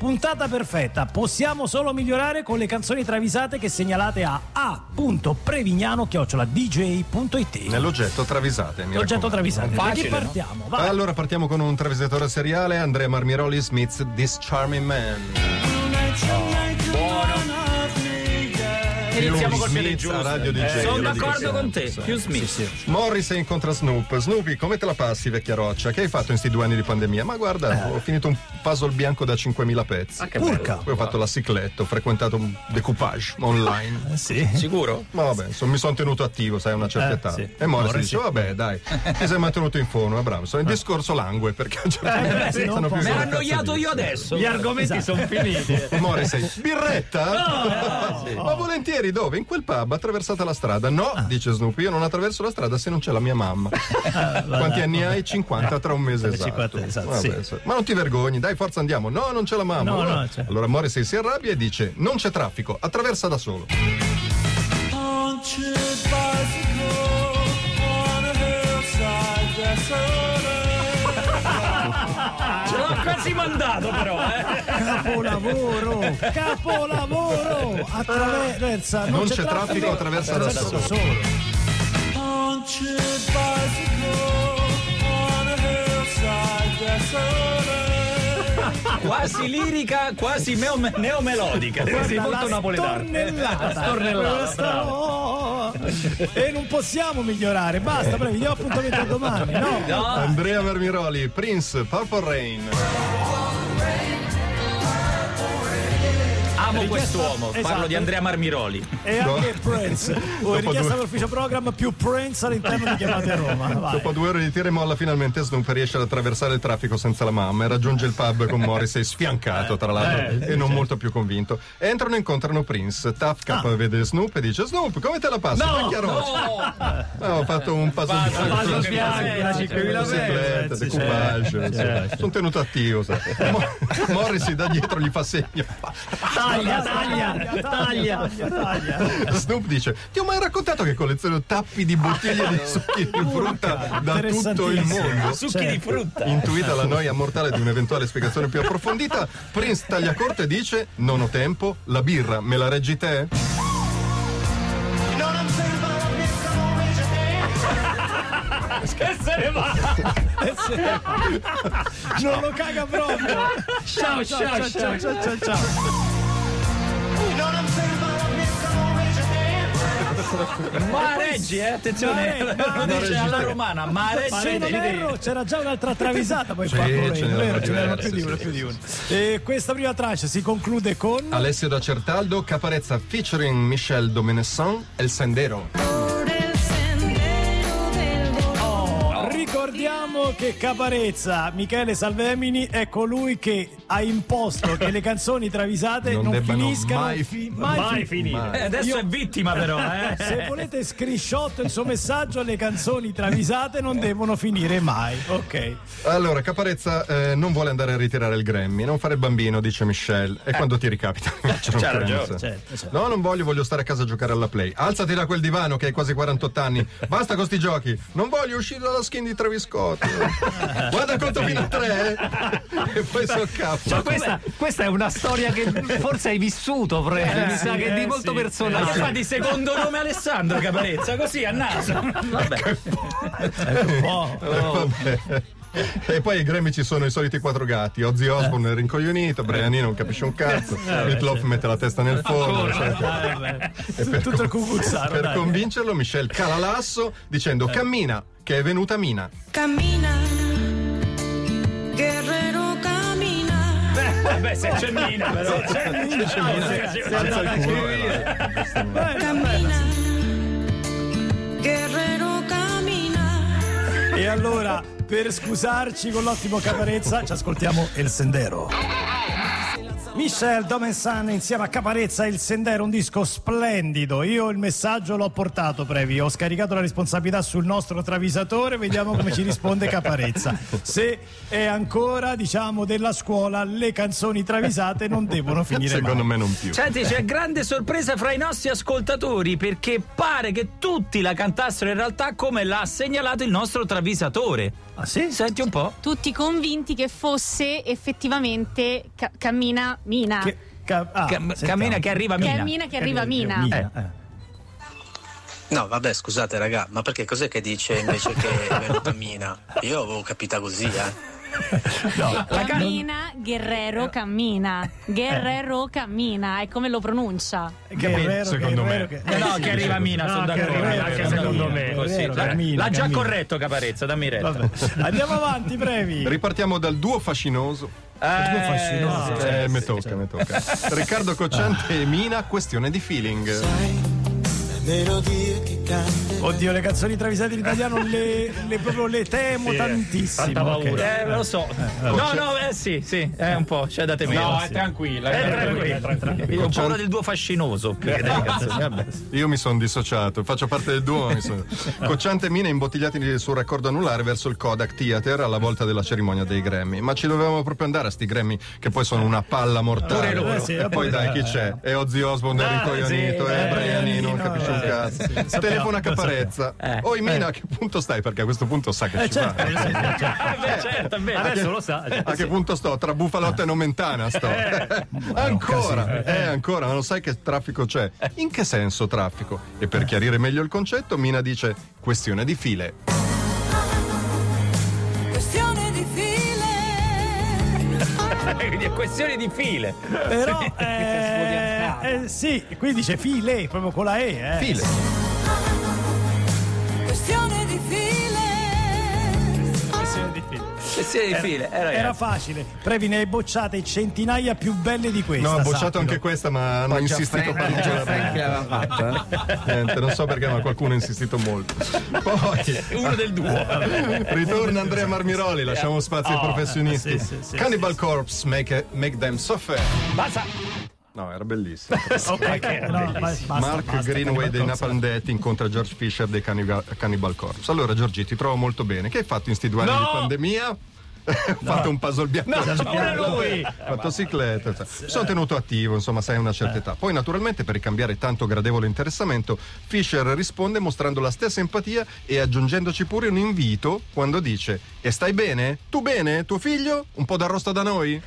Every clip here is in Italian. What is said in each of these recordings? Puntata perfetta, possiamo solo migliorare con le canzoni travisate che segnalate a a.prevignano-dj.it. Nell'oggetto travisate. mi L'oggetto raccomando. travisato. Da chi Facile, no? partiamo? Vai. Allora partiamo con un travisatore seriale, Andrea Marmiroli Smith, This Charming Man. Iniziamo Più col piede Smith giusto. a Radio DJ, Eh, Sono lo dico d'accordo con sempre, te. sì. Più Smith. Morris incontra Snoop. Snoopy, come te la passi, vecchia roccia? Che hai fatto in questi due anni di pandemia? Ma guarda, ho finito un puzzle bianco da 5.000 pezzi. Eh. Ah, che Urca. Poi ho fatto la cicletta, ho frequentato un decoupage online. Eh, Sì. bello. Sicuro? Ma vabbè, insomma, mi sono tenuto attivo, sai, a una certa Eh, età. sì. E Morris, Morris, dice, sì. Eh. vabbè, dai, ti sei mantenuto in fono, è bravo. Sono il discorso langue, perché a un certo punto beh, non sì, non sanno più posso. cosa Me l'ho cazzo annoiato dire. io adesso. Esatto. Gli argomenti sono finiti. Morris, sei birretta? Sì. Ma volentieri dove? In quel pub attraversata la strada. No, Ah. dice Snoopy, io non attraverso la strada se non c'è la mia mamma. Quanti anni hai? 50 tra un mese esatto. 50, esatto, Vabbè, sì. sì. Ma non ti vergogni, dai, forza andiamo. No, non c'è la mamma. No, allora, no, c'è. allora Morris si arrabbia e dice: Non c'è traffico, attraversa da solo. Ce l'ho quasi mandato, però. Eh. Capolavoro! Capolavoro! Attraversa. Non, Non c'è traffico, attraversa da attraversa solo. Quasi lirica, quasi meo- neomelodica. Quasi Guarda, molto la napoletano. Stornellata. Questa- E non possiamo migliorare. Basta, prego, vi diamo appuntamento a domani. No. No, Andrea Vermiroli, Prince, Purple Rain. amo quest'uomo. Parlo esatto. di Andrea Marmiroli. E anche Prince. O Dopo richiesta due- dall'ufficio program più Prince all'interno di chiamate Roma. Vai. Dopo due ore di tira e molla, finalmente Snoop riesce ad attraversare il traffico senza la mamma e raggiunge il pub con Morris, sfiancato tra l'altro e non molto più convinto. Entrano e incontrano Prince. Tafka vede Snoop e dice: Snoop, come te la passi? Vecchia roccia. Ah, ho fatto un puzzle bianco, puzzle una bianco, una 5.000 bicicletta, pezzi, decoupage, insomma. Sono tenuto attivo. sai. Mo- Morris si dà dietro, gli fa segno. Taglia, taglia, taglia. Snoop dice: Ti ho mai raccontato che colleziono tappi di bottiglie di succhi di frutta da tutto il Interessantissimo. mondo? Succhi Certo. di frutta. Intuita la noia mortale di un'eventuale spiegazione più approfondita, Prince taglia corto e dice: Non ho tempo, la birra me la reggi te? Non lo caga proprio. Ciao, ciao, ciao, ciao, ciao, ciao, ciao. Ma reggi, eh, attenzione. Ma reggi, ma Lo dice reggi alla te. romana. Ma Ma se non reggi. Eh, erro, c'era già un'altra travisata poi qua, Correno, ce n'erano vero? Ce n'erano diverse, più di una, sì, più di sì, una. E questa prima traccia si conclude con Alessio da Certaldo, Caparezza featuring Michel Domenesson, El Sendero. Ricordiamo che Caparezza, Michele Salvemini, è colui che ha imposto che le canzoni travisate Non non, debbano finiscano mai- fi- mai Mai fi- finire. Eh, adesso Io- è vittima, però. Eh. Se volete screenshot il suo messaggio, le canzoni travisate non devono finire mai. Ok. Allora, Caparezza eh, non vuole andare a ritirare il Grammy, non fare il bambino, dice Michel. E quando ti ricapita? invece non pensa. c'ha ragione, Eh. certo, certo. No, non voglio, voglio stare a casa a giocare alla play. Alzati da quel divano che hai quasi 48 anni. Basta con sti giochi. Non voglio uscire dalla skin di Travis Scott. Guarda il conto fino a tre. eh. E poi so capo. Eh, Ma questa, questa è una storia che forse hai vissuto, Fred. Mi sa che è di eh, molto sì. Ma che personale. fa di secondo nome Alessandro Caparezza? Così a naso. Vabbè. Oh, Eh, vabbè. E poi ai Grammy ci sono i soliti quattro gatti. Ozzy Osbourne è rincoglionito, Brianino non capisce un Eh, cazzo, Ritloff mette la testa nel forno. cioè. vabbè. E per Tutto il cucuzzaro. per dai. convincerlo, Michel cala l'asso Eh. dicendo: Cammina, che è venuta Mina. Camina, guerrero camina. Vabbè, se c'è Mina, però. Eh, Alza il culo e la- Camina, guerrero camina. E allora, per scusarci con l'ottimo Caparezza, ci ascoltiamo El Sendero. Michel Domensan insieme a Caparezza e Il Sendero, un disco splendido. Io il messaggio l'ho portato Previ, ho scaricato la responsabilità sul nostro travisatore, vediamo come ci risponde Caparezza. Se è ancora, diciamo, della scuola, le canzoni travisate non devono finire Secondo mai. me non più. Senti, c'è grande sorpresa fra i nostri ascoltatori perché pare che tutti la cantassero in realtà come l'ha segnalato il nostro travisatore. Ah sì? Senti un po'. Tutti convinti che fosse effettivamente ca- Cammina Mina. Che- ca- ah, Cam- sentiamo. cammina che arriva Mina. Cammina che arriva Mina. eh. No, vabbè, scusate, raga, ma perché cos'è che dice invece che è venuta Mina? Io avevo capita così, eh. Cammina, Guerrero cammina. Guerrero cammina, è come lo pronuncia. Guerrero, Secondo Guerrero, me. che- Eh, No, che arriva Mina, No, sono che d'accordo. arriva anche Mina, secondo me. Mina, così. Guerrero, Cioè, cammina, L'ha già cammina. corretto Caparezza, dammi retta. Vabbè. Andiamo avanti, brevi. Ripartiamo dal duo fascinoso. Eh, Tu fascinoso. sì. Ah. Eh, mi tocca, mi tocca. Riccardo Cocciante e Mina, questione di feeling. Oddio, le canzoni travisate in italiano le, le- proprio le temo tantissimo. tanta ok. paura. Eh, lo so. No, no, eh sì, sì, è un po', cioè date meno. No, è tranquilla. Eh, tranquillo. Io ho paura del duo fascinoso. più che delle canzoni, vabbè. Io mi sono dissociato, faccio parte del duo. ma mi sono- Cocciante e Mina imbottigliati sul raccordo anulare verso il Kodak Theater alla volta della cerimonia dei Grammy. Ma ci dovevamo proprio andare a sti Grammy, che poi sono una palla mortale. Pure loro. Eh sì, e poi dai, chi c'è? È Ozzy Osbourne, è ricoglionito, sì, è eh, Brianino, non eh, capisci un eh, cazzo. sì, sì, Telefona sappiamo, a Caparezza. Eh, Oi Mina, a che punto stai? Perché a questo punto sa che Eh, ci certo, va. eh, sì, certo. Eh, beh, certo, è vero. Adesso lo sa. A che punto sto? Tra Bufalotta e Nomentana sto. ancora, eh, ancora, ma non sai che traffico c'è. In che senso traffico? E per chiarire meglio il concetto, Mina dice questione di file. Questione di file. Quindi è questione di file. Però, eh, eh, sì, qui dice file, proprio con la E. Eh. File. Questione di file. Questione di file. Questione di file. Eh, ragazzi. Era facile. Previ, ne hai bocciate centinaia più belle di questa. No, ha bocciato sappilo. anche questa, ma hanno insistito particolarmente. Eh. Niente, non so perché, ma qualcuno ha insistito molto. Poi Uno del duo. ritorna Andrea Marmiroli, lasciamo spazio ai professionisti. Oh, sì, sì, sì, Cannibal Corpse, make, make them suffer. Basta. No, era bellissimo. Ok, Eh, no, ma- basta, Mark basta, Greenway Cannibal dei Corpse. Napalm Death incontra George Fisher dei Cannibal, Cannibal Corpse. Allora, Giorgi, ti trovo molto bene. Che hai fatto in sti due anni di pandemia? Ho fatto un puzzle bianco. Pure lui. Motocicletta, cioè. Mi sono tenuto attivo, insomma, sai, a una certa età. Poi, naturalmente, per ricambiare tanto gradevole interessamento, Fisher risponde mostrando la stessa empatia e aggiungendoci pure un invito quando dice: E stai bene? Tu bene? Tuo figlio? Un po' d'arrosto da noi?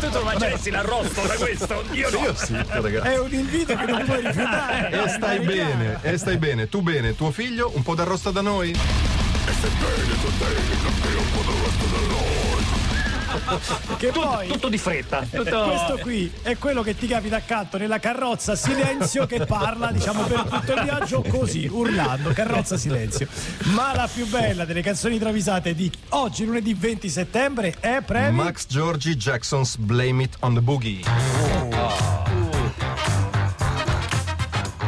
Tu te lo mangeresti l'arrosto da questo? Io no. Io sì, ragazzi. È un invito che non puoi rifiutare. E stai bene, e stai bene, tu bene, tuo figlio, un po' d'arrosto da noi? Che poi Tutto di fretta. Tutto... questo qui è quello che ti capita accanto nella carrozza silenzio che parla, diciamo, per tutto il viaggio così, urlando, carrozza silenzio. Ma la più bella delle canzoni travisate di oggi, lunedì 20 settembre, è Premi. Max Giorgi Jackson's Blame It on the Boogie.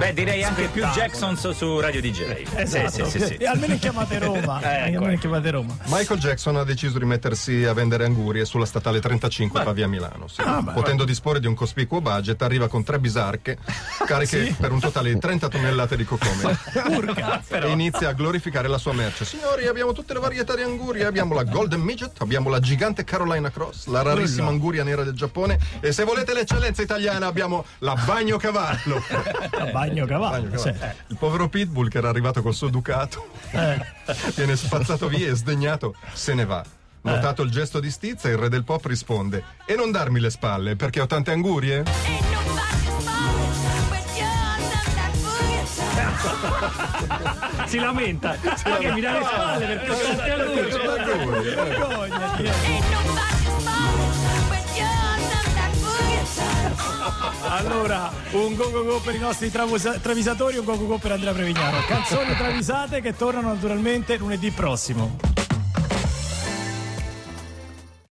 Beh, direi anche più Jacksons su Radio DJ. Sì, sì, sì, sì. Esatto. E almeno chiamate Roma. Eh, ecco, almeno ecco. chiamate Roma. Michael Jackson ha deciso di mettersi a vendere angurie sulla statale 35 a Pavia Milano. sì. Potendo disporre di un cospicuo budget, arriva con tre bisarche cariche per un totale di 30 tonnellate di cocome. e inizia a glorificare la sua merce. Signori, abbiamo tutte le varietà di angurie: abbiamo la Golden Midget, abbiamo la gigante Carolina Cross, la rarissima anguria nera del Giappone. E se volete l'eccellenza italiana, abbiamo la Bagno Cavallo. Eh, A bagno cavallo. cioè. Eh, Il povero Pitbull che era arrivato col suo ducato viene spazzato via e sdegnato se ne va. Notato il gesto di stizza, il re del pop risponde: E non darmi le spalle perché ho tante angurie? Ain't nobody's fault, but yours of that boogie. Si lamenta. Ma che mi dà le spalle Ah, perché ho tante annunciate. Angurie. Ain't nobody's fault, but yours of that boogie. Allora, un go go go per i nostri travisa- travisatori, un go go go per Andrea Prevignano. Canzoni travisate che tornano naturalmente lunedì prossimo.